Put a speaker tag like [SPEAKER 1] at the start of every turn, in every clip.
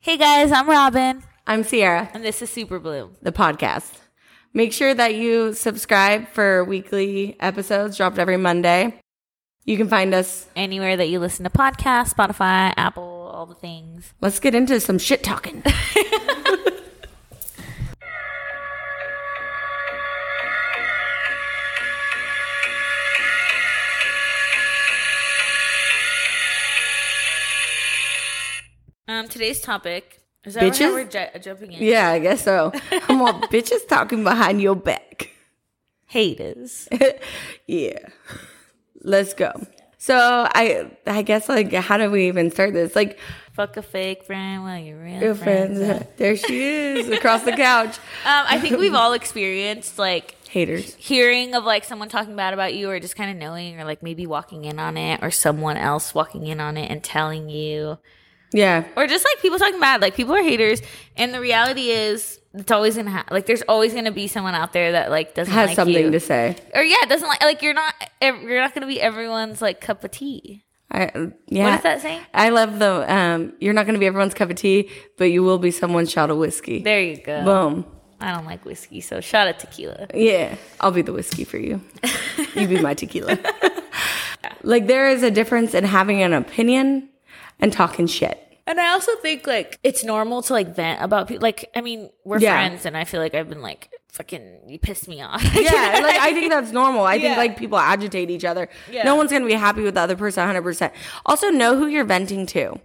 [SPEAKER 1] Hey guys, I'm Robin,
[SPEAKER 2] I'm Sierra,
[SPEAKER 1] and this is Super Bloom.
[SPEAKER 2] the podcast. Make sure that you subscribe for weekly episodes dropped every Monday. You can find us.
[SPEAKER 1] Anywhere that you listen to podcasts, Spotify, Apple, all the things.
[SPEAKER 2] Let's get into some shit talking.
[SPEAKER 1] Um, today's topic is
[SPEAKER 2] that Bitches? how
[SPEAKER 1] we're uh,
[SPEAKER 2] we're
[SPEAKER 1] jumping in.
[SPEAKER 2] yeah, I guess so. I'm all bitches talking behind your back.
[SPEAKER 1] Haters.
[SPEAKER 2] Yeah. Let's go. So I I guess like how do we even start this? Like
[SPEAKER 1] Fuck a fake friend while you're real,
[SPEAKER 2] your
[SPEAKER 1] friends.
[SPEAKER 2] friends, there she is across the couch.
[SPEAKER 1] Um, I think we've all experienced like
[SPEAKER 2] Haters.
[SPEAKER 1] hearing of like someone talking bad about you or just kind of knowing or like maybe walking in on it or someone else walking in on it and telling you
[SPEAKER 2] Yeah.
[SPEAKER 1] or just like people talking bad like people are haters and the reality is it's always gonna ha- like there's always gonna be someone out there that like doesn't
[SPEAKER 2] Has
[SPEAKER 1] like
[SPEAKER 2] something
[SPEAKER 1] you.
[SPEAKER 2] to say.
[SPEAKER 1] or yeah doesn't like like you're not ev- you're not gonna be everyone's like cup of tea
[SPEAKER 2] I yeah.
[SPEAKER 1] what is that saying
[SPEAKER 2] I love the um, you're not going to be everyone's cup of tea, but you will be someone's shot of whiskey.
[SPEAKER 1] there you go
[SPEAKER 2] Boom.
[SPEAKER 1] i don't like whiskey so shot at tequila
[SPEAKER 2] Yeah, I'll be the whiskey for you. you be my tequila. like there is a difference in having an opinion and talking shit.
[SPEAKER 1] And I also think like it's normal to like vent about people. Like, I mean, we're
[SPEAKER 2] Yeah.
[SPEAKER 1] friends, and I feel like I've been like fucking you pissed me off.
[SPEAKER 2] Yeah, like I think that's normal. I
[SPEAKER 1] Yeah.
[SPEAKER 2] think like people agitate each other.
[SPEAKER 1] Yeah.
[SPEAKER 2] No one's going to be happy with the other person 100%. Also know who you're venting to.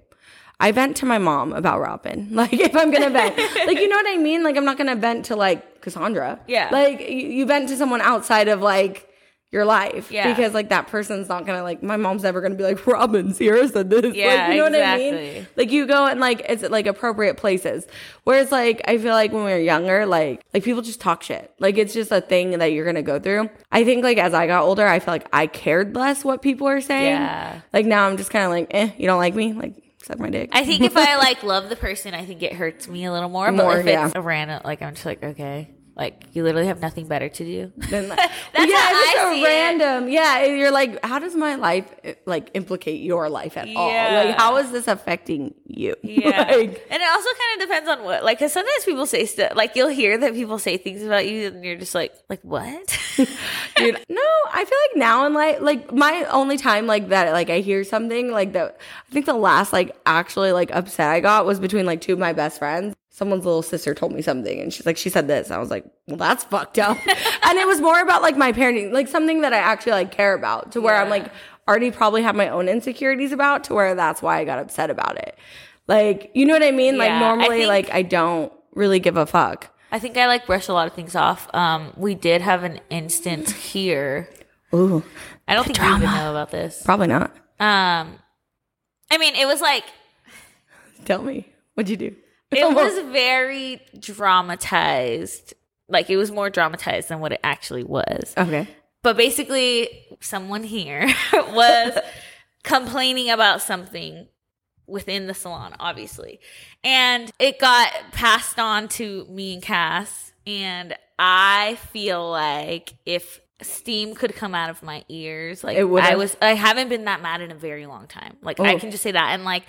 [SPEAKER 2] I vent to my mom about Robin. Like if I'm going to vent. like you know what I mean? Like I'm not going to vent to like Cassandra.
[SPEAKER 1] Yeah.
[SPEAKER 2] Like you, you vent to someone outside of like your life
[SPEAKER 1] Yeah.
[SPEAKER 2] because like that person's not going to like my mom's never going to be like Robin Sierra said this.
[SPEAKER 1] Yeah,
[SPEAKER 2] like you know what I
[SPEAKER 1] exactly.
[SPEAKER 2] mean? Like you go and like it's at, like appropriate places. Whereas like I feel like when we were younger, like like people just talk shit. Like it's just a thing that you're gonna go through. I think like as I got older, I feel like I cared less what people are saying.
[SPEAKER 1] Yeah.
[SPEAKER 2] Like now I'm just kind of like, eh, you don't like me? Like suck my dick.
[SPEAKER 1] I think if I like love the person, I think it hurts me a little more. But
[SPEAKER 2] More,
[SPEAKER 1] if
[SPEAKER 2] yeah.
[SPEAKER 1] it's a random, like I'm just like okay, like you literally have nothing better to do.
[SPEAKER 2] Then, like,
[SPEAKER 1] That's
[SPEAKER 2] yeah,
[SPEAKER 1] how
[SPEAKER 2] it's just
[SPEAKER 1] I
[SPEAKER 2] a
[SPEAKER 1] see it.
[SPEAKER 2] random. Yeah, and you're like, how does my life eh, like implicate your life at all?
[SPEAKER 1] Yeah.
[SPEAKER 2] Like, how is this affecting you?
[SPEAKER 1] Yeah.
[SPEAKER 2] like,
[SPEAKER 1] and it also kind of depends on what, like, because sometimes people say stuff, like, you'll hear that people say things about you, and you're just like, like, what?
[SPEAKER 2] Dude, no, I feel like now in life, like my only time like that, like I hear something like that. I think the last like actually like upset I got was between like two of my best friends. Someone's little sister told me something, and she's like, she said this. I was like, well, that's fucked up. and it was more about like my parenting, like something that I actually like care about, to where I'm
[SPEAKER 1] Yeah.
[SPEAKER 2] like already probably have my own insecurities about, to where that's why I got upset about it. Like, you know what I mean?
[SPEAKER 1] Yeah, I
[SPEAKER 2] like normally,
[SPEAKER 1] think-
[SPEAKER 2] like I don't really give a fuck.
[SPEAKER 1] I think I like brush a lot of things off. Um, we did have an instance here.
[SPEAKER 2] Ooh,
[SPEAKER 1] I don't think you even know about this.
[SPEAKER 2] probably not.
[SPEAKER 1] Um, I mean, it was like
[SPEAKER 2] Tell me, what'd you do?
[SPEAKER 1] it was very dramatized. Like it was more dramatized than what it actually was.
[SPEAKER 2] Okay.
[SPEAKER 1] But basically, someone here was complaining about something within the salon, obviously, and it got passed on to me and Cass. And I feel like if steam could come out of my ears, like
[SPEAKER 2] It would've.
[SPEAKER 1] I was, I haven't been that mad in a very long time. Like I
[SPEAKER 2] Oh.
[SPEAKER 1] can just say that, and like.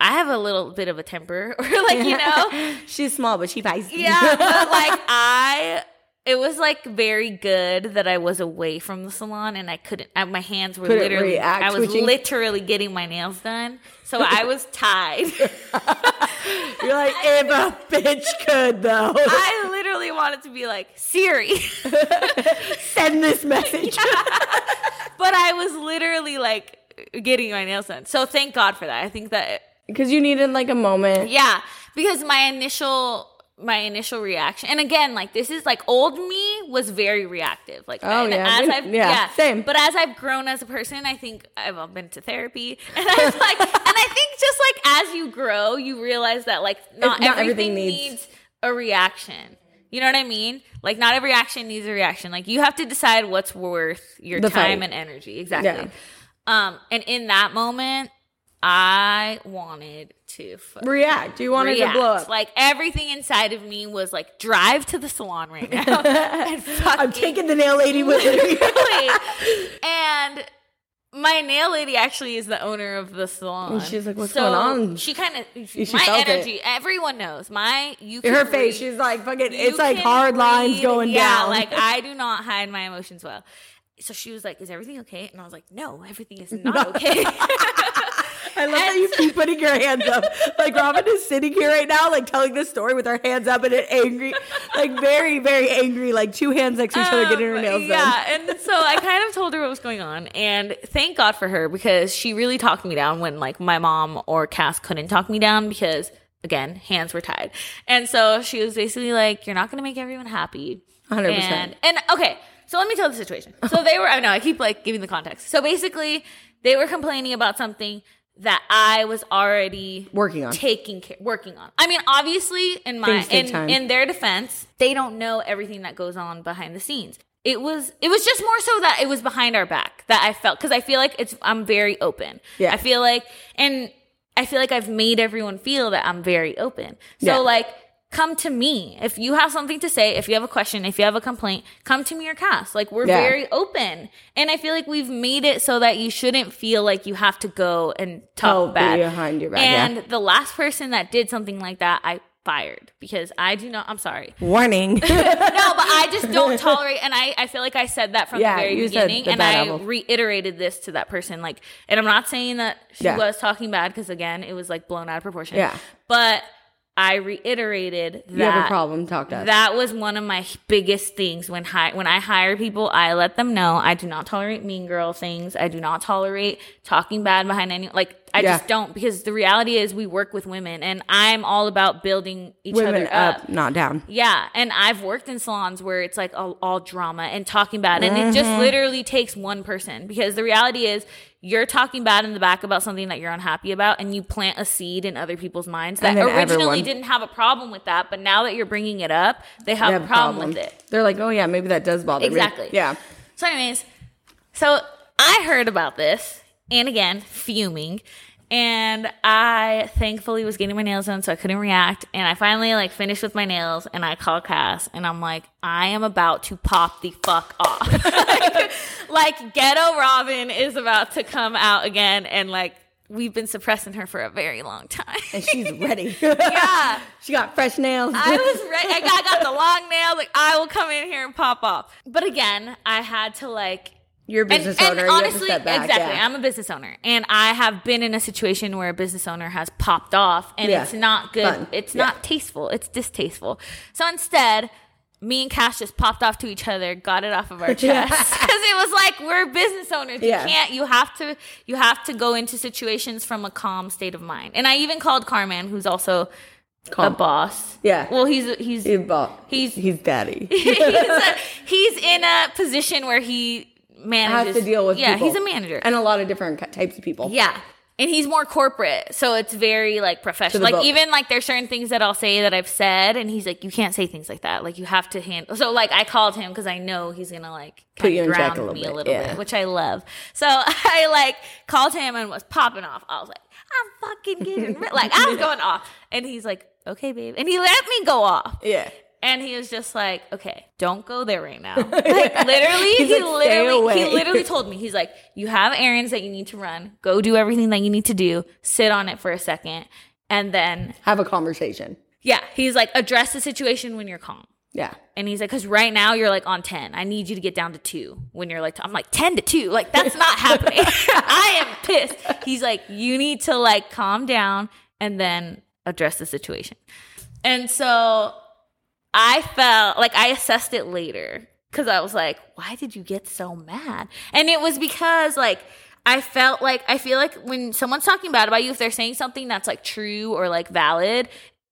[SPEAKER 1] I have a little bit of a temper, or like, you know,
[SPEAKER 2] She's small, but she buys.
[SPEAKER 1] yeah, but like I, it was like very good that I was away from the salon and I couldn't. I, my hands were
[SPEAKER 2] Couldn't
[SPEAKER 1] literally.
[SPEAKER 2] react,
[SPEAKER 1] I was
[SPEAKER 2] which you-
[SPEAKER 1] literally getting my nails done, so I was tied.
[SPEAKER 2] You're like, if a bitch could though,
[SPEAKER 1] I literally wanted to be like Siri,
[SPEAKER 2] send this message.
[SPEAKER 1] but I was literally like getting my nails done. So thank God for that. I think that
[SPEAKER 2] Because you needed like a moment.
[SPEAKER 1] Yeah, because my initial my initial reaction, and again, like this is like old me was very reactive. Like,
[SPEAKER 2] Oh,
[SPEAKER 1] and
[SPEAKER 2] yeah.
[SPEAKER 1] as I've,
[SPEAKER 2] Yeah, same.
[SPEAKER 1] But as I've grown as a person, I think I've all been to therapy, and I was like, and I think just like as you grow, you realize that like not,
[SPEAKER 2] not
[SPEAKER 1] everything,
[SPEAKER 2] everything
[SPEAKER 1] needs.
[SPEAKER 2] needs-
[SPEAKER 1] a reaction. You know what I mean? Like, not every action needs a reaction. Like, you have to decide what's worth your
[SPEAKER 2] The
[SPEAKER 1] time
[SPEAKER 2] fight.
[SPEAKER 1] and energy. Exactly.
[SPEAKER 2] Yeah.
[SPEAKER 1] Um, and in that moment, I wanted to fuck
[SPEAKER 2] React. You wanted to blow
[SPEAKER 1] react.
[SPEAKER 2] up.
[SPEAKER 1] Like everything inside of me was like, drive to the salon right now and fucking
[SPEAKER 2] I'm taking the nail lady with me.
[SPEAKER 1] do it. And my nail lady actually is the owner of the salon.
[SPEAKER 2] And she's like, "What's going on?"
[SPEAKER 1] She kind of
[SPEAKER 2] She
[SPEAKER 1] my
[SPEAKER 2] felt it.
[SPEAKER 1] energy. Everyone knows my you. Can
[SPEAKER 2] Her
[SPEAKER 1] read-
[SPEAKER 2] face, she's like fucking.
[SPEAKER 1] you
[SPEAKER 2] It's like
[SPEAKER 1] can
[SPEAKER 2] hard lines
[SPEAKER 1] read-
[SPEAKER 2] going
[SPEAKER 1] yeah,
[SPEAKER 2] down.
[SPEAKER 1] like I do not hide my emotions well. So she was like, "Is everything okay?" And I was like, "No, everything is not okay."
[SPEAKER 2] I love that you keep putting your hands up. Like Robin is sitting here right now, like telling this story with her hands up and an angry, like very, very angry, like two hands next to each other getting her
[SPEAKER 1] Um,
[SPEAKER 2] nails done.
[SPEAKER 1] Yeah, and so I kind of told her what was going on, and thank God for her because she really talked me down when like my mom or Cass couldn't talk me down because again hands were tied, and so she was basically like, "You're not going to make everyone happy."
[SPEAKER 2] 100%.
[SPEAKER 1] And, and okay, so let me tell the situation. So they were. I know I keep like giving the context. So basically, they were complaining about something that I was already
[SPEAKER 2] Working on.
[SPEAKER 1] taking care, working on. I mean, obviously, in my
[SPEAKER 2] Things take
[SPEAKER 1] in,
[SPEAKER 2] time.
[SPEAKER 1] in their defense, they don't know everything that goes on behind the scenes. It was it was just more so that it was behind our back that I felt because I feel like it's I'm very open.
[SPEAKER 2] Yeah.
[SPEAKER 1] I feel like and I feel like I've made everyone feel that I'm very open. So
[SPEAKER 2] Yeah.
[SPEAKER 1] like come to me if you have something to say if you have a question if you have a complaint come to me or cast like we're
[SPEAKER 2] Yeah.
[SPEAKER 1] very open and i feel like we've made it so that you shouldn't feel like you have to go and talk
[SPEAKER 2] Oh,
[SPEAKER 1] bad
[SPEAKER 2] behind your back, yeah.
[SPEAKER 1] and the last person that did something like that, I fired because I do not. I'm sorry.
[SPEAKER 2] Warning.
[SPEAKER 1] No, but I just don't tolerate, and I, I feel like I said that from
[SPEAKER 2] Yeah,
[SPEAKER 1] the very
[SPEAKER 2] you said
[SPEAKER 1] beginning,
[SPEAKER 2] the
[SPEAKER 1] and
[SPEAKER 2] bad
[SPEAKER 1] I
[SPEAKER 2] apple.
[SPEAKER 1] reiterated this to that person. Like, and I'm not saying that she
[SPEAKER 2] Yeah.
[SPEAKER 1] was talking bad because again, it was like blown out of proportion.
[SPEAKER 2] Yeah.
[SPEAKER 1] but I reiterated that
[SPEAKER 2] you have a problem, talk to us.
[SPEAKER 1] that was one of my biggest things when hi- when I hire people, I let them know I do not tolerate mean girl things. I do not tolerate talking bad behind any like I
[SPEAKER 2] Yeah.
[SPEAKER 1] just don't because the reality is we work with women and I'm all about building each
[SPEAKER 2] Women
[SPEAKER 1] other
[SPEAKER 2] up,
[SPEAKER 1] up.
[SPEAKER 2] not down.
[SPEAKER 1] Yeah, and I've worked in salons where it's like all, all drama and talking bad, and it
[SPEAKER 2] Mm-hmm.
[SPEAKER 1] just literally takes one person because the reality is you're talking bad in the back about something that you're unhappy about, and you plant a seed in other people's minds that
[SPEAKER 2] And then
[SPEAKER 1] originally
[SPEAKER 2] everyone-
[SPEAKER 1] didn't have a problem with that, but now that you're bringing it up, they have
[SPEAKER 2] They
[SPEAKER 1] a
[SPEAKER 2] have
[SPEAKER 1] problem with it.
[SPEAKER 2] They're like, oh yeah, maybe that does bother me.
[SPEAKER 1] Exactly.
[SPEAKER 2] Yeah.
[SPEAKER 1] So, anyways, so I heard about this, and again, fuming. And I thankfully was getting my nails done, so I couldn't react. And I finally like finished with my nails, and I call Cass, and I'm like, I am about to pop the fuck off. like, like, Ghetto Robin is about to come out again, and like we've been suppressing her for a very long time.
[SPEAKER 2] And she's ready.
[SPEAKER 1] yeah.
[SPEAKER 2] she got fresh nails.
[SPEAKER 1] I was ready. I got, I got the long nail. Like I will come in here and pop off. But again, I had to like.
[SPEAKER 2] You're a
[SPEAKER 1] And,
[SPEAKER 2] business
[SPEAKER 1] and
[SPEAKER 2] owner. you have to
[SPEAKER 1] honestly,
[SPEAKER 2] step back.
[SPEAKER 1] exactly.
[SPEAKER 2] Yeah.
[SPEAKER 1] I'm a business owner, and I have been in a situation where a business owner has popped off, and
[SPEAKER 2] Yeah.
[SPEAKER 1] it's not good.
[SPEAKER 2] Fun.
[SPEAKER 1] It's
[SPEAKER 2] Yeah.
[SPEAKER 1] not tasteful. It's distasteful. So instead, me and Cash just popped off to each other, got it off of our chest, because it was like we're business owners.
[SPEAKER 2] Yeah.
[SPEAKER 1] You can't. You have to. You have to go into situations from a calm state of mind. And I even called Carman, who's also a
[SPEAKER 2] Calm.
[SPEAKER 1] boss.
[SPEAKER 2] Yeah.
[SPEAKER 1] Well, he's he's
[SPEAKER 2] He's bought.
[SPEAKER 1] He's-
[SPEAKER 2] he's daddy.
[SPEAKER 1] he's, a, he's in a position where he manages
[SPEAKER 2] has to deal with
[SPEAKER 1] yeah
[SPEAKER 2] people.
[SPEAKER 1] he's a manager
[SPEAKER 2] and a lot of different ki- types of people.
[SPEAKER 1] yeah and he's more corporate so it's very like professional like
[SPEAKER 2] boat.
[SPEAKER 1] even like there's certain things that i'll say that i've said and he's like you can't say things like that like you have to handle so like i called him because i know he's gonna like
[SPEAKER 2] Put you
[SPEAKER 1] kinda
[SPEAKER 2] in check a
[SPEAKER 1] ground
[SPEAKER 2] little
[SPEAKER 1] me a
[SPEAKER 2] bit,
[SPEAKER 1] little
[SPEAKER 2] yeah.
[SPEAKER 1] bit which i love so i like called him and was popping off i was like i'm fucking getting ri-" like i was going off and he's like okay babe and he let me go off
[SPEAKER 2] Yeah.
[SPEAKER 1] and he was just like, "Okay, don't go there right now." Like literally,
[SPEAKER 2] He's
[SPEAKER 1] he
[SPEAKER 2] like, "Stay
[SPEAKER 1] literally, he
[SPEAKER 2] away."
[SPEAKER 1] literally told me, "He's like, you have errands that you need to run. Go do everything that you need to do. Sit on it for a second, and then
[SPEAKER 2] Have a conversation.
[SPEAKER 1] yeah." He's like, "Address the situation when you're calm."
[SPEAKER 2] Yeah.
[SPEAKER 1] And he's like, "Cause right now you're like on ten. I need you to get down to two when you're like." i I'm like ten to two. Like that's not happening. I am pissed. He's like, "You need to like calm down and then address the situation." And so I felt like I assessed it later because I was like, why did you get so mad? And it was because like I felt like I feel like when someone's talking bad about you, if they're saying something that's like true or like valid,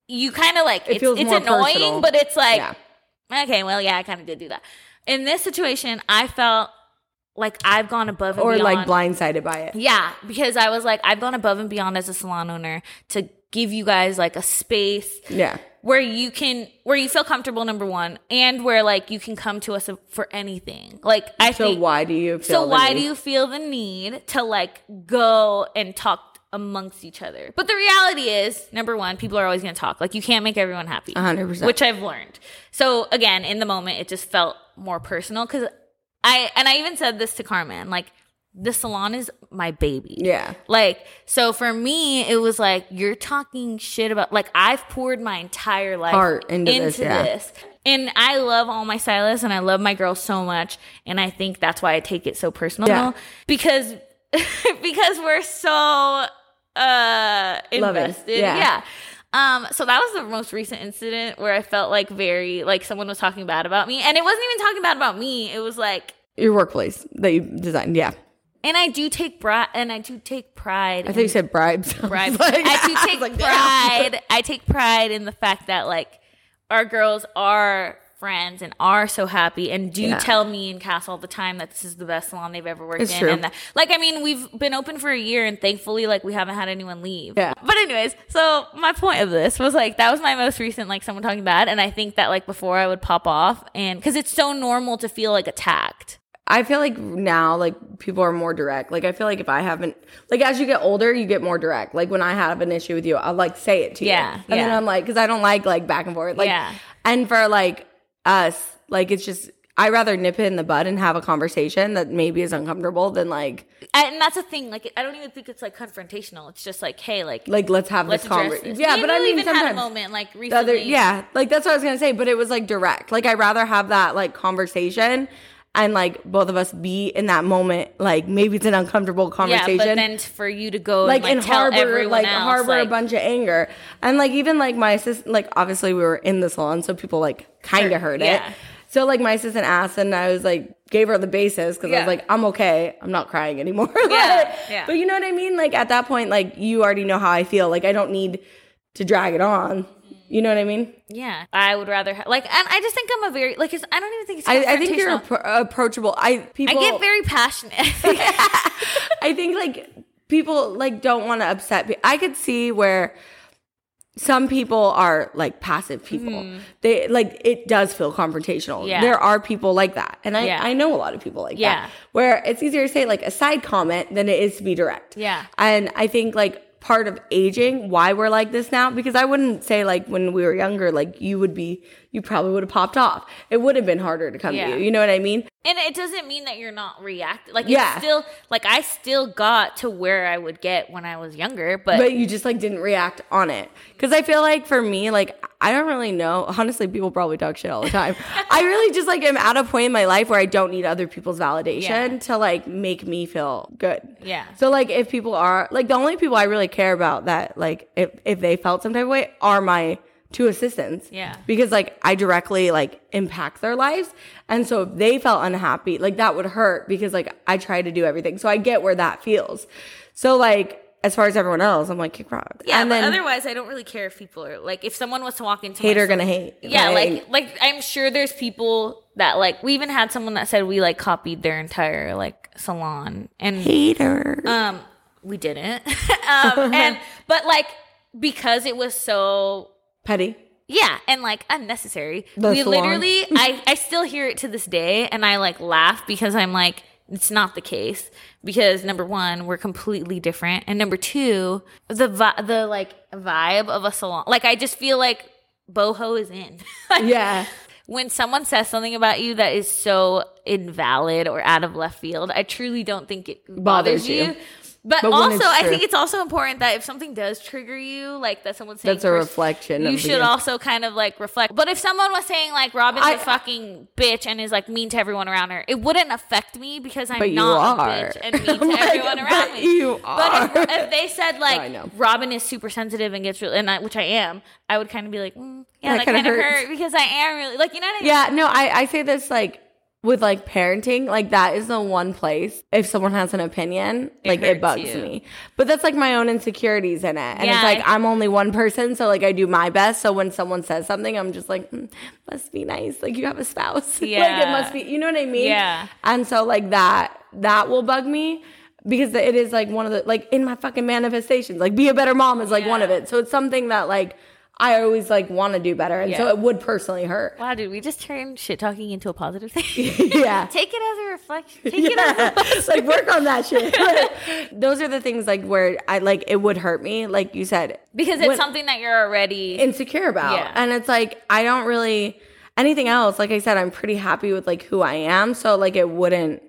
[SPEAKER 1] you kind of like it's,
[SPEAKER 2] feels
[SPEAKER 1] it's
[SPEAKER 2] more
[SPEAKER 1] annoying,
[SPEAKER 2] personal.
[SPEAKER 1] but it's like
[SPEAKER 2] Yeah.
[SPEAKER 1] okay, well, yeah, I kind of did do that. In this situation, I felt like I've gone above and
[SPEAKER 2] Or
[SPEAKER 1] beyond.
[SPEAKER 2] like blindsided by it.
[SPEAKER 1] Yeah, because I was like, I've gone above and beyond as a salon owner to give you guys like a space
[SPEAKER 2] Yeah.
[SPEAKER 1] where you can where you feel comfortable number one and where like you can come to us for anything like i
[SPEAKER 2] So
[SPEAKER 1] think
[SPEAKER 2] why do you feel
[SPEAKER 1] so
[SPEAKER 2] the
[SPEAKER 1] why
[SPEAKER 2] need?
[SPEAKER 1] do you feel the need to like go and talk amongst each other but the reality is number one people are always going to talk like you can't make everyone happy
[SPEAKER 2] 100%.
[SPEAKER 1] which i've learned so again in the moment it just felt more personal because i and i even said this to carmen like the salon is my baby.
[SPEAKER 2] Yeah.
[SPEAKER 1] Like, so for me, it was like, you're talking shit about, like, I've poured my entire life
[SPEAKER 2] Heart into this, yeah.
[SPEAKER 1] this. And I love all my stylists and I love my girls so much. And I think that's why I take it so personal
[SPEAKER 2] Yeah.
[SPEAKER 1] because, because we're so, uh,
[SPEAKER 2] Loving,
[SPEAKER 1] invested.
[SPEAKER 2] yeah.
[SPEAKER 1] yeah. Um, so that was the most recent incident where I felt like very, like someone was talking bad about me. And it wasn't even talking bad about me. It was like,
[SPEAKER 2] Your workplace that you designed. Yeah.
[SPEAKER 1] and I do take bra- and I do take pride.
[SPEAKER 2] I thought you said bribes.
[SPEAKER 1] pride.
[SPEAKER 2] was like-
[SPEAKER 1] I
[SPEAKER 2] was
[SPEAKER 1] do take
[SPEAKER 2] like, damn.
[SPEAKER 1] pride. I take pride in the fact that like our girls are friends and are so happy and do
[SPEAKER 2] Yeah.
[SPEAKER 1] tell me and Cass all the time that this is the best salon they've ever worked
[SPEAKER 2] It's
[SPEAKER 1] in.
[SPEAKER 2] true.
[SPEAKER 1] And that, like, I mean, we've been open for a year and thankfully, like, we haven't had anyone leave.
[SPEAKER 2] Yeah.
[SPEAKER 1] But anyways, so my point of this was like that was my most recent like someone talking bad, and I think that like before I would pop off and because it's so normal to feel like attacked.
[SPEAKER 2] I feel like now, like people are more direct. Like I feel like if I haven't, like as you get older, you get more direct. Like when I have an issue with you, I'll like say it to
[SPEAKER 1] Yeah,
[SPEAKER 2] you, and then
[SPEAKER 1] yeah.
[SPEAKER 2] I'm like, because I don't like like back and forth. Like,
[SPEAKER 1] Yeah.
[SPEAKER 2] and for like us, like it's just I rather nip it in the bud and have a conversation that maybe is uncomfortable than like
[SPEAKER 1] I, and that's the thing. Like, I don't even think it's like confrontational. It's just like, hey, like,
[SPEAKER 2] like let's have
[SPEAKER 1] let's
[SPEAKER 2] this
[SPEAKER 1] address
[SPEAKER 2] conversation.
[SPEAKER 1] this.
[SPEAKER 2] Yeah,
[SPEAKER 1] We
[SPEAKER 2] but I
[SPEAKER 1] really
[SPEAKER 2] mean
[SPEAKER 1] even had a
[SPEAKER 2] sometimes
[SPEAKER 1] moment like recently.
[SPEAKER 2] the other yeah like that's what i was gonna say but it was like direct like i'd rather have that like conversation and like both of us be in that moment like maybe it's an uncomfortable
[SPEAKER 1] yeah.
[SPEAKER 2] conversation
[SPEAKER 1] But then for you to go
[SPEAKER 2] like,
[SPEAKER 1] and, like
[SPEAKER 2] and
[SPEAKER 1] tell
[SPEAKER 2] harbor
[SPEAKER 1] everyone
[SPEAKER 2] like
[SPEAKER 1] else,
[SPEAKER 2] harbor
[SPEAKER 1] like,
[SPEAKER 2] a bunch of anger and like even like my assistant like obviously we were in the salon so people like kind
[SPEAKER 1] Sure,
[SPEAKER 2] of heard
[SPEAKER 1] yeah.
[SPEAKER 2] it so like my assistant asked and i was like gave her the basis because i
[SPEAKER 1] Yeah.
[SPEAKER 2] was like i'm okay i'm not crying anymore Like,
[SPEAKER 1] Yeah, yeah.
[SPEAKER 2] but you know what i mean like at that point like you already know how i feel like i don't need to drag it on you know what i mean
[SPEAKER 1] yeah. I would rather ha- like, and I just think I'm a very like. It's, I don't even think it's.
[SPEAKER 2] I, I think you're
[SPEAKER 1] confrontational.
[SPEAKER 2] appro- approachable. I
[SPEAKER 1] I
[SPEAKER 2] people.
[SPEAKER 1] get very passionate.
[SPEAKER 2] I think like people like don't want to upset. Pe- I could see where some people are like passive people. They like it does feel confrontational.
[SPEAKER 1] Mm-hmm. Yeah.
[SPEAKER 2] There are people like that, and I
[SPEAKER 1] Yeah.
[SPEAKER 2] I know a lot of people like
[SPEAKER 1] Yeah.
[SPEAKER 2] that. Where it's easier to say like a side comment than it is to be direct.
[SPEAKER 1] Yeah.
[SPEAKER 2] and I think like. Part of aging, why we're like this now, because I wouldn't say like when we were younger, like you would be, you probably would have popped off. It would have been harder to come
[SPEAKER 1] Yeah.
[SPEAKER 2] to you. You know what I mean?
[SPEAKER 1] And it doesn't mean that you're not reacting. Like
[SPEAKER 2] Yeah.
[SPEAKER 1] it's still like I still got to where I would get when I was younger, but,
[SPEAKER 2] but you just like didn't react on it because i feel like for me like i don't really know honestly people probably talk shit all the time i really just like am at a point in my life where i don't need other people's validation
[SPEAKER 1] Yeah.
[SPEAKER 2] to like make me feel good
[SPEAKER 1] Yeah.
[SPEAKER 2] so like if people are like the only people i really care about that like if if they felt some type of way are my two assistants
[SPEAKER 1] Yeah.
[SPEAKER 2] because like i directly like impact their lives and so if they felt unhappy like that would hurt because like i try to do everything so i get where that feels so like as far as everyone else i'm like kick rock
[SPEAKER 1] yeah.
[SPEAKER 2] and
[SPEAKER 1] but
[SPEAKER 2] then
[SPEAKER 1] otherwise, I don't really care if people are like if someone was to walk into my
[SPEAKER 2] hater
[SPEAKER 1] salon-
[SPEAKER 2] gonna hate
[SPEAKER 1] Yeah,
[SPEAKER 2] right?
[SPEAKER 1] like like I'm sure there's people that like we even had someone that said we like copied their entire like salon and
[SPEAKER 2] hater
[SPEAKER 1] um we didn't. um and but like because it was so
[SPEAKER 2] petty
[SPEAKER 1] yeah, and like unnecessary.
[SPEAKER 2] The
[SPEAKER 1] we
[SPEAKER 2] salon.
[SPEAKER 1] literally I I still hear it to this day and I like laugh because I'm like it's not the case because number 1, we're completely different and number 2, the vi- the like vibe of a salon. Like I just feel like boho is in.
[SPEAKER 2] yeah
[SPEAKER 1] when someone says something about you that is so invalid or out of left field, I truly don't think it bothers,
[SPEAKER 2] Bothers
[SPEAKER 1] you.
[SPEAKER 2] you.
[SPEAKER 1] But,
[SPEAKER 2] But when
[SPEAKER 1] also,
[SPEAKER 2] it's
[SPEAKER 1] I
[SPEAKER 2] true.
[SPEAKER 1] think it's also important that if something does trigger you, like that someone's saying
[SPEAKER 2] That's a
[SPEAKER 1] pers-
[SPEAKER 2] reflection
[SPEAKER 1] You
[SPEAKER 2] of the-
[SPEAKER 1] should also kind of like reflect. But if someone was saying like Robin's a
[SPEAKER 2] I-
[SPEAKER 1] fucking bitch and is like mean to everyone around her, it wouldn't affect me because I'm
[SPEAKER 2] But you
[SPEAKER 1] not
[SPEAKER 2] are.
[SPEAKER 1] a bitch and mean to
[SPEAKER 2] Like,
[SPEAKER 1] everyone around
[SPEAKER 2] but
[SPEAKER 1] me.
[SPEAKER 2] you
[SPEAKER 1] But if,
[SPEAKER 2] are.
[SPEAKER 1] if they said
[SPEAKER 2] I
[SPEAKER 1] like
[SPEAKER 2] know.
[SPEAKER 1] Robin is super sensitive and gets real, and I, which I am, I would kind of be like, mm, yeah, that,
[SPEAKER 2] That kinda
[SPEAKER 1] kind of hurt.
[SPEAKER 2] hurts.
[SPEAKER 1] because I am really like you know what I mean.
[SPEAKER 2] yeah no i i say this like with like parenting like that is the one place if someone has an opinion like
[SPEAKER 1] hurts
[SPEAKER 2] it bugs
[SPEAKER 1] you.
[SPEAKER 2] me but that's like my own insecurities in it and
[SPEAKER 1] Yeah,
[SPEAKER 2] it's like
[SPEAKER 1] I-
[SPEAKER 2] I, am only one person so like i do my best so when someone says something i'm just like "Mm, must be nice like you have a spouse like
[SPEAKER 1] Yeah.
[SPEAKER 2] it must be you know what i mean
[SPEAKER 1] Yeah.
[SPEAKER 2] and so like that that will bug me because it is like one of the like in my fucking manifestations like be a better mom is like one of
[SPEAKER 1] Yeah.
[SPEAKER 2] it so it's something that like i always like want to do better and so
[SPEAKER 1] Yeah.
[SPEAKER 2] it would personally hurt
[SPEAKER 1] Wow, dude, we just turned shit talking into a positive thing.
[SPEAKER 2] yeah
[SPEAKER 1] Take it as a reflection. Take it as a
[SPEAKER 2] yeah. like work on that shit. Those are the things like where I like it would hurt me, like you said,
[SPEAKER 1] because it's
[SPEAKER 2] When-
[SPEAKER 1] something that you're already.
[SPEAKER 2] insecure about.
[SPEAKER 1] Yeah.
[SPEAKER 2] And it's like I don't really anything else. Like I said, I'm pretty happy with like who I am, so like it wouldn't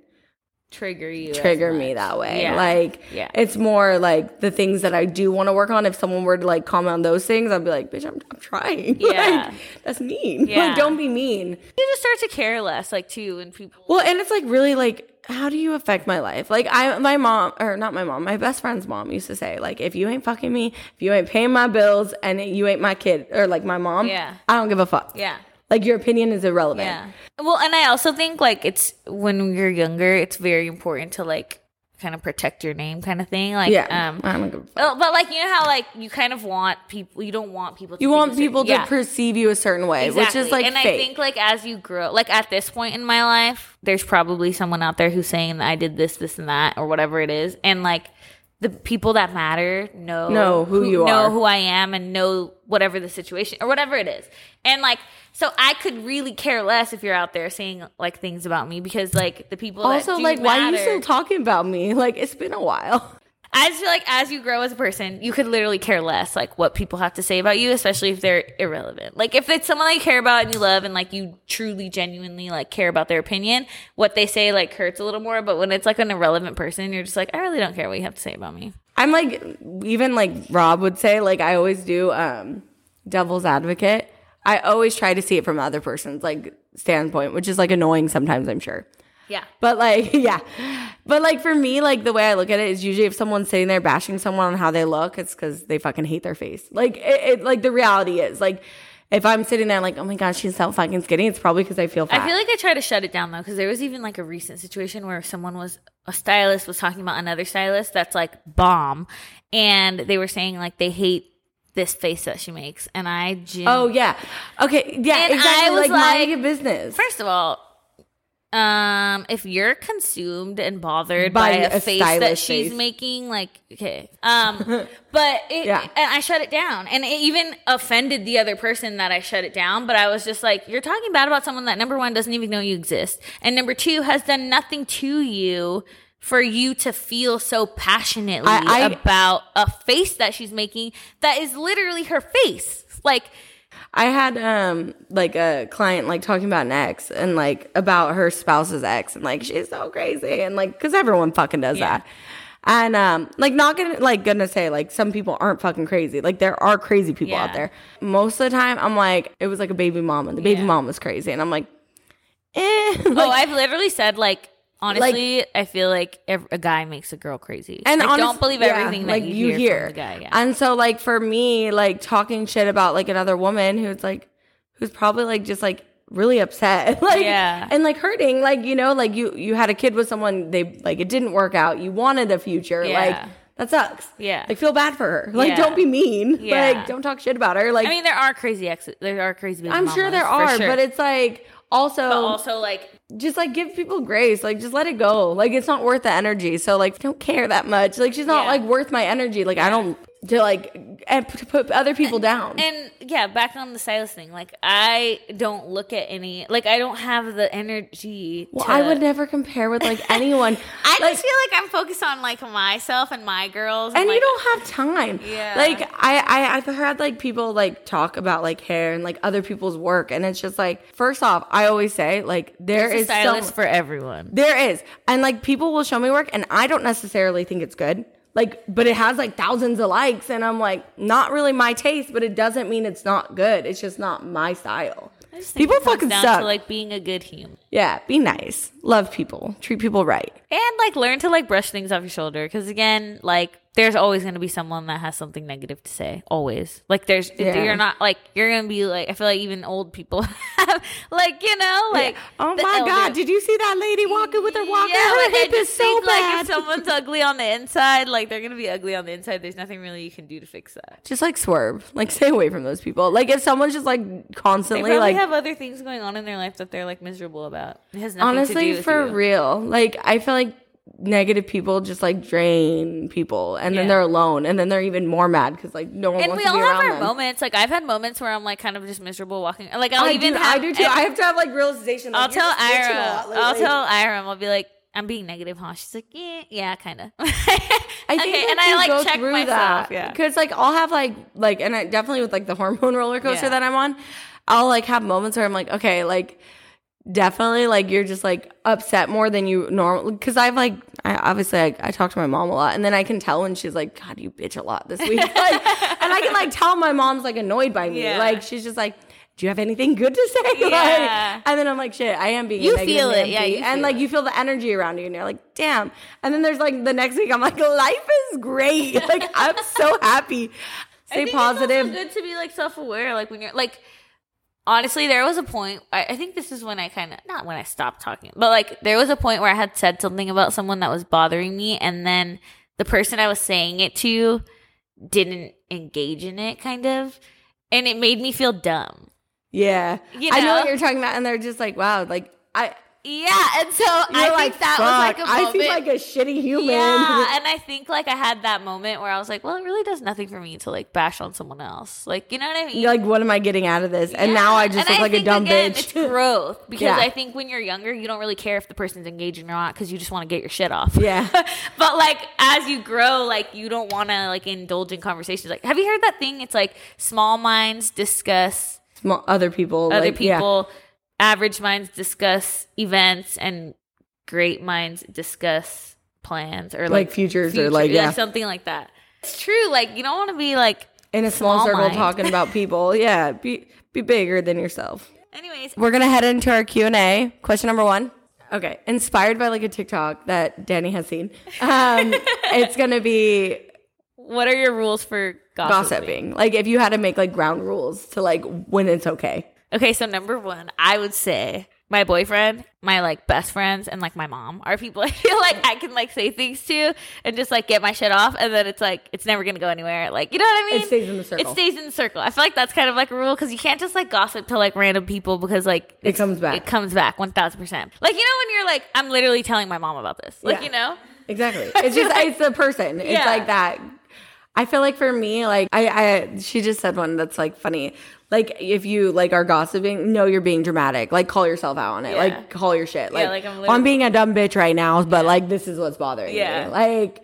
[SPEAKER 1] trigger you. as
[SPEAKER 2] trigger me
[SPEAKER 1] much.
[SPEAKER 2] that way.
[SPEAKER 1] Yeah.
[SPEAKER 2] Like
[SPEAKER 1] Yeah.
[SPEAKER 2] it's more like the things that I do want to work on. If someone were to like comment on those things, I'd be like, bitch, I'm, I'm trying.
[SPEAKER 1] Yeah.
[SPEAKER 2] like, that's mean.
[SPEAKER 1] Yeah.
[SPEAKER 2] Like don't be mean.
[SPEAKER 1] you just start to care less, like too, and people.
[SPEAKER 2] Well, and it's like really like how do you affect my life? Like I my mom or not my mom, my best friend's mom used to say like if you ain't fucking me, if you ain't paying my bills and you ain't my kid or like my mom,
[SPEAKER 1] Yeah.
[SPEAKER 2] I don't give a fuck.
[SPEAKER 1] yeah.
[SPEAKER 2] Like your opinion is irrelevant.
[SPEAKER 1] Yeah. Well, and I also think like it's when you're younger, it's very important to like kind of protect your name, kind of thing. Like,
[SPEAKER 2] Yeah. Uh-huh.
[SPEAKER 1] um,
[SPEAKER 2] I don't give a fuck.
[SPEAKER 1] well, but like you know how like you kind of want people, you don't want people. To
[SPEAKER 2] You
[SPEAKER 1] think a
[SPEAKER 2] want
[SPEAKER 1] certain-
[SPEAKER 2] people to
[SPEAKER 1] Yeah.
[SPEAKER 2] perceive you a certain way,
[SPEAKER 1] Exactly.
[SPEAKER 2] which is like
[SPEAKER 1] and I
[SPEAKER 2] fake.
[SPEAKER 1] think like as you grow, like at this point in my life, there's probably someone out there who's saying I did this, this, and that, or whatever it is, and like the people that matter know
[SPEAKER 2] Know who you
[SPEAKER 1] know
[SPEAKER 2] are.
[SPEAKER 1] who I am, and know whatever the situation or whatever it is, and like so I could really care less if you're out there saying like things about me because like the people that
[SPEAKER 2] also
[SPEAKER 1] do
[SPEAKER 2] like why are you
[SPEAKER 1] matter-
[SPEAKER 2] still talking about me like it's been a while
[SPEAKER 1] I just feel like as you grow as a person, you could literally care less like what people have to say about you, especially if they're irrelevant. Like if it's someone that you care about and you love and like you truly genuinely like care about their opinion, what they say like hurts a little more. But when it's like an irrelevant person, you're just like, I really don't care what you have to say about me.
[SPEAKER 2] i'm like even like rob would say like i always do um devil's advocate i always try to see it from the other person's like standpoint which is like annoying sometimes i'm sure
[SPEAKER 1] Yeah.
[SPEAKER 2] but like yeah but like for me like the way i look at it is usually if someone's sitting there bashing someone on how they look it's because they fucking hate their face like it, it like the reality is like if i'm sitting there like oh my god she's so fucking skinny it's probably because i feel fat
[SPEAKER 1] I feel like I try to shut it down though, because there was even like a recent situation where someone was a stylist was talking about another stylist that's like bomb, and they were saying like they hate this face that she makes, and I gen-
[SPEAKER 2] Oh yeah. Okay. Yeah.
[SPEAKER 1] And I
[SPEAKER 2] exactly.
[SPEAKER 1] was
[SPEAKER 2] like, mind
[SPEAKER 1] like-
[SPEAKER 2] your business.
[SPEAKER 1] First of all, um, if you're consumed and bothered by,
[SPEAKER 2] By
[SPEAKER 1] a,
[SPEAKER 2] a
[SPEAKER 1] face that
[SPEAKER 2] stylish
[SPEAKER 1] she's
[SPEAKER 2] face.
[SPEAKER 1] making, like okay, um, but it,
[SPEAKER 2] Yeah.
[SPEAKER 1] and I shut it down, and it even offended the other person that I shut it down. But I was just like, you're talking bad about someone that number one doesn't even know you exist, and number two has done nothing to you. For you to feel so passionately
[SPEAKER 2] I- I-
[SPEAKER 1] about a face that she's making that is literally her face. Like,
[SPEAKER 2] I had um like a client like talking about an ex and like about her spouse's ex and like she's so crazy and like because everyone fucking does
[SPEAKER 1] Yeah.
[SPEAKER 2] that. And um like not gonna like gonna say like some people aren't fucking crazy. Like there are crazy people
[SPEAKER 1] Yeah.
[SPEAKER 2] out there. Most of the time I'm like it was like a baby mom and the baby
[SPEAKER 1] Yeah.
[SPEAKER 2] mom was crazy and I'm like eh like,
[SPEAKER 1] oh, I've literally said like honestly, I feel like ev- a guy makes a girl crazy.
[SPEAKER 2] and
[SPEAKER 1] I don't
[SPEAKER 2] honest-
[SPEAKER 1] believe
[SPEAKER 2] yeah,
[SPEAKER 1] everything that
[SPEAKER 2] like
[SPEAKER 1] you, hear, from the guy. Yeah.
[SPEAKER 2] And so like for me, like talking shit about like another woman who's like who's probably like just like really upset, like
[SPEAKER 1] Yeah.
[SPEAKER 2] and like hurting, like you know, like you you had a kid with someone, they like it didn't work out, you wanted a future,
[SPEAKER 1] Yeah.
[SPEAKER 2] like that sucks.
[SPEAKER 1] Yeah.
[SPEAKER 2] like feel bad for her. Like
[SPEAKER 1] Yeah.
[SPEAKER 2] don't be mean.
[SPEAKER 1] Yeah.
[SPEAKER 2] Like don't talk shit about her. Like
[SPEAKER 1] I mean, there are crazy exes. There are crazy. Baby
[SPEAKER 2] I'm sure
[SPEAKER 1] mamas,
[SPEAKER 2] there
[SPEAKER 1] for
[SPEAKER 2] are,
[SPEAKER 1] sure.
[SPEAKER 2] but it's like also,
[SPEAKER 1] But also like
[SPEAKER 2] just like give people grace like just let it go like it's not worth the energy so like don't care that much like she's not
[SPEAKER 1] Yeah.
[SPEAKER 2] like worth my energy like i don't to like and p- to put other people down
[SPEAKER 1] and yeah, back on the stylist thing. Like I don't look at any. Like I don't have the energy.
[SPEAKER 2] well
[SPEAKER 1] to,
[SPEAKER 2] i would never compare with like anyone
[SPEAKER 1] I
[SPEAKER 2] like,
[SPEAKER 1] just feel like I'm focused on like myself and my girls.
[SPEAKER 2] and
[SPEAKER 1] like,
[SPEAKER 2] you don't have time
[SPEAKER 1] Yeah.
[SPEAKER 2] like I, I i've heard like people like talk about like hair and like other people's work and it's just like first off i always say like there
[SPEAKER 1] There's a
[SPEAKER 2] is so
[SPEAKER 1] stylist for everyone.
[SPEAKER 2] There is. And like people will show me work and I don't necessarily think it's good. Like, but it has like thousands of likes and I'm like, not really my taste, but it doesn't mean it's not good. It's just not my style.
[SPEAKER 1] I just think
[SPEAKER 2] People
[SPEAKER 1] it comes
[SPEAKER 2] fucking
[SPEAKER 1] down
[SPEAKER 2] suck.
[SPEAKER 1] To like being a good human.
[SPEAKER 2] yeah, be nice. Love people. Treat people right.
[SPEAKER 1] and like learn to like brush things off your shoulder because again like there's always going to be someone that has something negative to say always like there's
[SPEAKER 2] Yeah.
[SPEAKER 1] you're not like you're going to be like i feel like even old people have like you know like
[SPEAKER 2] oh
[SPEAKER 1] the
[SPEAKER 2] my God,
[SPEAKER 1] elder-
[SPEAKER 2] did you see that lady walking with her walker?
[SPEAKER 1] yeah,
[SPEAKER 2] her
[SPEAKER 1] like, I
[SPEAKER 2] hip is
[SPEAKER 1] just
[SPEAKER 2] so
[SPEAKER 1] think, like
[SPEAKER 2] bad.
[SPEAKER 1] if someone's ugly on the inside, like they're gonna be ugly on the inside. There's nothing really you can do to fix that.
[SPEAKER 2] just like swerve. Like stay away from those people. Like if someone's just like
[SPEAKER 1] They
[SPEAKER 2] constantly
[SPEAKER 1] probably
[SPEAKER 2] like
[SPEAKER 1] have other things going on in their life that they're like miserable about. It has nothing to
[SPEAKER 2] honestly
[SPEAKER 1] do with
[SPEAKER 2] for
[SPEAKER 1] you.
[SPEAKER 2] real like i feel like negative people just like drain people and then
[SPEAKER 1] Yeah.
[SPEAKER 2] they're alone and then they're even more mad because like no one
[SPEAKER 1] And
[SPEAKER 2] wants
[SPEAKER 1] we
[SPEAKER 2] to
[SPEAKER 1] all
[SPEAKER 2] be
[SPEAKER 1] have
[SPEAKER 2] around
[SPEAKER 1] our
[SPEAKER 2] them
[SPEAKER 1] moments. Like I've had moments where I'm like kind of just miserable walking. Like I'll
[SPEAKER 2] I
[SPEAKER 1] even
[SPEAKER 2] do,
[SPEAKER 1] have,
[SPEAKER 2] I do too. I have to have like realization. Like,
[SPEAKER 1] I'll
[SPEAKER 2] you're
[SPEAKER 1] tell
[SPEAKER 2] just bitching a
[SPEAKER 1] Ira.
[SPEAKER 2] lot
[SPEAKER 1] I'll
[SPEAKER 2] lately.
[SPEAKER 1] tell Ira. I'll be like, I'm being negative, huh? She's like, yeah, yeah, kind of. I
[SPEAKER 2] I think that you go through that
[SPEAKER 1] Yeah.
[SPEAKER 2] because like I'll have like like and I definitely with like the hormone roller coaster
[SPEAKER 1] Yeah.
[SPEAKER 2] that I'm on, I'll like have moments where I'm like okay like definitely like you're just like upset more than you normally because i've like i obviously like, i talk to my mom a lot and then i can tell when she's like god you bitch a lot this week like, and i can like tell my mom's like annoyed by me
[SPEAKER 1] Yeah.
[SPEAKER 2] like she's just like do you have anything good to say Like,
[SPEAKER 1] Yeah.
[SPEAKER 2] and then i'm like shit i am being a
[SPEAKER 1] You
[SPEAKER 2] negative
[SPEAKER 1] feel it.
[SPEAKER 2] Nancy.
[SPEAKER 1] Yeah, you
[SPEAKER 2] and
[SPEAKER 1] feel
[SPEAKER 2] like
[SPEAKER 1] it.
[SPEAKER 2] you feel the energy around you and you're like damn and then there's like the next week i'm like life is great like i'm so happy
[SPEAKER 1] I
[SPEAKER 2] stay
[SPEAKER 1] think
[SPEAKER 2] positive
[SPEAKER 1] It's also good to be like self aware, like when you're like. Honestly, there was a point. I, I think this is when I kind of not when I stopped talking, but like there was a point where I had said something about someone that was bothering me, and then the person I was saying it to didn't engage in it, kind of, and it made me feel dumb.
[SPEAKER 2] yeah
[SPEAKER 1] You
[SPEAKER 2] i know what
[SPEAKER 1] know?
[SPEAKER 2] you're talking about and they're just like wow like i
[SPEAKER 1] Yeah, and so I
[SPEAKER 2] You're
[SPEAKER 1] think that
[SPEAKER 2] "Fuck,
[SPEAKER 1] was like a
[SPEAKER 2] I
[SPEAKER 1] moment.
[SPEAKER 2] seem like a shitty human.
[SPEAKER 1] Yeah, and I think like I had that moment where I was like, well, it really does nothing for me to like bash on someone else. Like, you know what I mean?
[SPEAKER 2] You're like, what am I getting out of this? And now I just
[SPEAKER 1] And
[SPEAKER 2] look like a
[SPEAKER 1] think,
[SPEAKER 2] dumb
[SPEAKER 1] again, It's
[SPEAKER 2] bitch.
[SPEAKER 1] growth because
[SPEAKER 2] Yeah.
[SPEAKER 1] I think when you're younger, you don't really care if the person's engaging or not because you just want to get your shit off.
[SPEAKER 2] Yeah.
[SPEAKER 1] but like as you grow, like you don't want to like indulge in conversations. Like, have you heard that thing? It's like small minds discuss
[SPEAKER 2] Small, other people.
[SPEAKER 1] other
[SPEAKER 2] like, yeah.
[SPEAKER 1] people, average minds discuss events, and great minds discuss plans or like,
[SPEAKER 2] Like futures
[SPEAKER 1] future-
[SPEAKER 2] or like, yeah.
[SPEAKER 1] something like that. It's true. Like you don't want to be like.
[SPEAKER 2] In a small,
[SPEAKER 1] Small
[SPEAKER 2] circle
[SPEAKER 1] mind.
[SPEAKER 2] talking about people. Yeah. Be, be bigger than yourself.
[SPEAKER 1] Anyways,
[SPEAKER 2] We're going to head into our Q&A. Question number one. Okay. Inspired by like a TikTok that Danny has seen. Um, it's going to be
[SPEAKER 1] what are your rules for gossiping?
[SPEAKER 2] gossiping. Like if you had to make like ground rules to like when it's okay.
[SPEAKER 1] Okay, so number one, I would say my boyfriend, my like best friends, and like my mom are people I feel like I can like say things to and just like get my shit off, and then it's like it's never gonna go anywhere. Like you know what I mean?
[SPEAKER 2] It stays in the circle.
[SPEAKER 1] It stays in the circle. I feel like that's kind of like a rule because you can't just like gossip to like random people because like
[SPEAKER 2] It comes back.
[SPEAKER 1] It comes back one thousand percent. Like you know when you're like I'm literally telling my mom about this. Like
[SPEAKER 2] Yeah.
[SPEAKER 1] you know.
[SPEAKER 2] Exactly. It's just it's the person. It's
[SPEAKER 1] Yeah.
[SPEAKER 2] like that. I feel like for me, like I, I she just said one that's like funny. Like if you like are gossiping, no, you're being dramatic. Like call yourself out on it.
[SPEAKER 1] Yeah.
[SPEAKER 2] Like call your shit. Like,
[SPEAKER 1] like, I'm
[SPEAKER 2] I'm,
[SPEAKER 1] literally-
[SPEAKER 2] being a dumb bitch right now, but like this is what's bothering
[SPEAKER 1] Yeah.
[SPEAKER 2] me. Like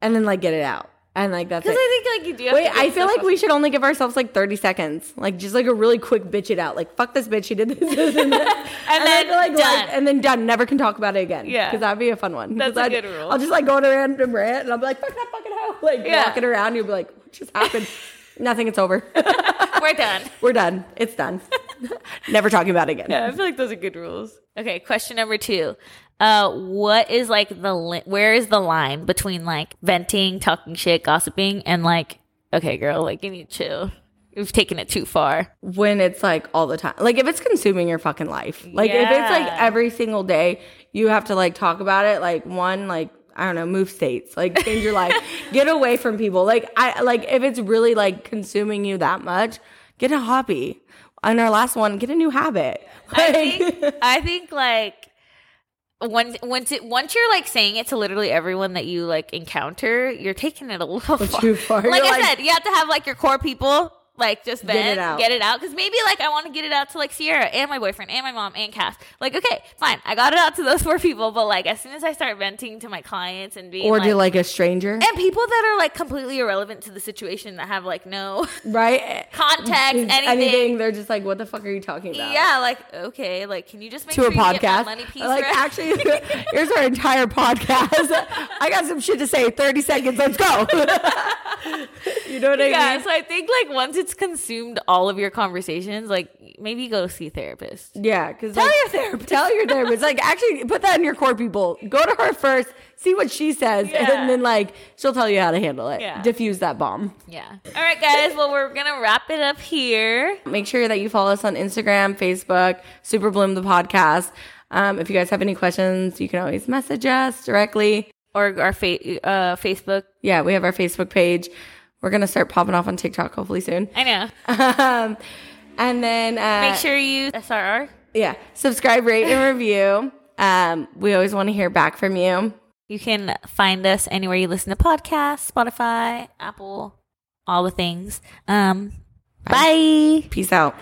[SPEAKER 2] and then like get it out. And like that's it.
[SPEAKER 1] Because I think like you do. Have
[SPEAKER 2] Wait,
[SPEAKER 1] to get
[SPEAKER 2] I feel
[SPEAKER 1] stuff
[SPEAKER 2] like
[SPEAKER 1] off
[SPEAKER 2] we should only give ourselves like 30 seconds. Like just like a really quick bitch it out. Like fuck this bitch, she did this, this and this. and,
[SPEAKER 1] then
[SPEAKER 2] I feel like,
[SPEAKER 1] done.
[SPEAKER 2] like- and then done. Never can talk about it again.
[SPEAKER 1] Yeah.
[SPEAKER 2] Because that'd be a fun one.
[SPEAKER 1] That's
[SPEAKER 2] 'Cause
[SPEAKER 1] a
[SPEAKER 2] I'd-
[SPEAKER 1] good rule.
[SPEAKER 2] I'll just like go on a random rant and I'll be like, fuck that fucking hoe. Like
[SPEAKER 1] Yeah.
[SPEAKER 2] walking around, you'll be like, what just happened? Nothing, it's over.
[SPEAKER 1] We're done.
[SPEAKER 2] We're done. It's done. Never talking about it again.
[SPEAKER 1] Yeah, I feel like those are good rules. Okay, question number two. Uh, what is like the li- where is the line between like venting, talking shit, gossiping, and like okay, girl, like you need to chill. You've taken it too far.
[SPEAKER 2] when it's like all the time. Like if it's consuming your fucking life. Like if it's
[SPEAKER 1] Yeah.
[SPEAKER 2] like every single day you have to like talk about it, like one, like I don't know, move states, like change your life. Get away from people. Like I like if it's really like consuming you that much, get a hobby. On our last one, get a new habit.
[SPEAKER 1] I
[SPEAKER 2] Like-
[SPEAKER 1] think I think like once once it once you're like saying it to literally everyone that you like encounter, you're taking it a little far.
[SPEAKER 2] too far.
[SPEAKER 1] Like
[SPEAKER 2] You're
[SPEAKER 1] I
[SPEAKER 2] like-
[SPEAKER 1] said, you have to have like your core people. Like just vent,
[SPEAKER 2] it out.
[SPEAKER 1] get it out, because maybe like I want to get it out to like Sierra and my boyfriend and my mom and Cass. Like okay, fine, I got it out to those four people, but like as soon as I start venting to my clients and being
[SPEAKER 2] or
[SPEAKER 1] like,
[SPEAKER 2] to like a stranger.
[SPEAKER 1] and people that are like completely irrelevant to the situation that have like no
[SPEAKER 2] right?
[SPEAKER 1] context,
[SPEAKER 2] Is
[SPEAKER 1] anything,
[SPEAKER 2] They're just like, what the fuck are you talking about?
[SPEAKER 1] yeah, like okay, like can you just make
[SPEAKER 2] to
[SPEAKER 1] sure
[SPEAKER 2] a
[SPEAKER 1] You get my
[SPEAKER 2] podcast.
[SPEAKER 1] money piece
[SPEAKER 2] Like,
[SPEAKER 1] right?
[SPEAKER 2] actually, here's our entire podcast. I got some shit to say. Thirty seconds. Let's go. you know what I
[SPEAKER 1] yeah, so I think like once it's consumed all of your conversations, like maybe go see a therapist.
[SPEAKER 2] mean? Yeah, because
[SPEAKER 1] Tell
[SPEAKER 2] like,
[SPEAKER 1] your therapist.
[SPEAKER 2] tell your therapist. Like, actually, put that in your core people. Go to her first. See what she says,
[SPEAKER 1] Yeah.
[SPEAKER 2] and then like she'll tell you how to handle it.
[SPEAKER 1] Yeah.
[SPEAKER 2] Diffuse that bomb.
[SPEAKER 1] Yeah. All right, guys. Well, we're gonna wrap it up here.
[SPEAKER 2] Make sure that you follow us on Instagram, Facebook, Super Bloom the podcast. Um, if you guys have any questions, you can always message us directly.
[SPEAKER 1] Or our fa- uh, Facebook.
[SPEAKER 2] Yeah, we have our Facebook page. We're gonna start popping off on TikTok hopefully soon.
[SPEAKER 1] I know.
[SPEAKER 2] um, and then uh,
[SPEAKER 1] Make sure you SRR.
[SPEAKER 2] yeah, subscribe, rate, and review. Um, we always want to hear back from you.
[SPEAKER 1] You can find us anywhere you listen to podcasts, Spotify, Apple, all the things. Um, bye.
[SPEAKER 2] Peace out.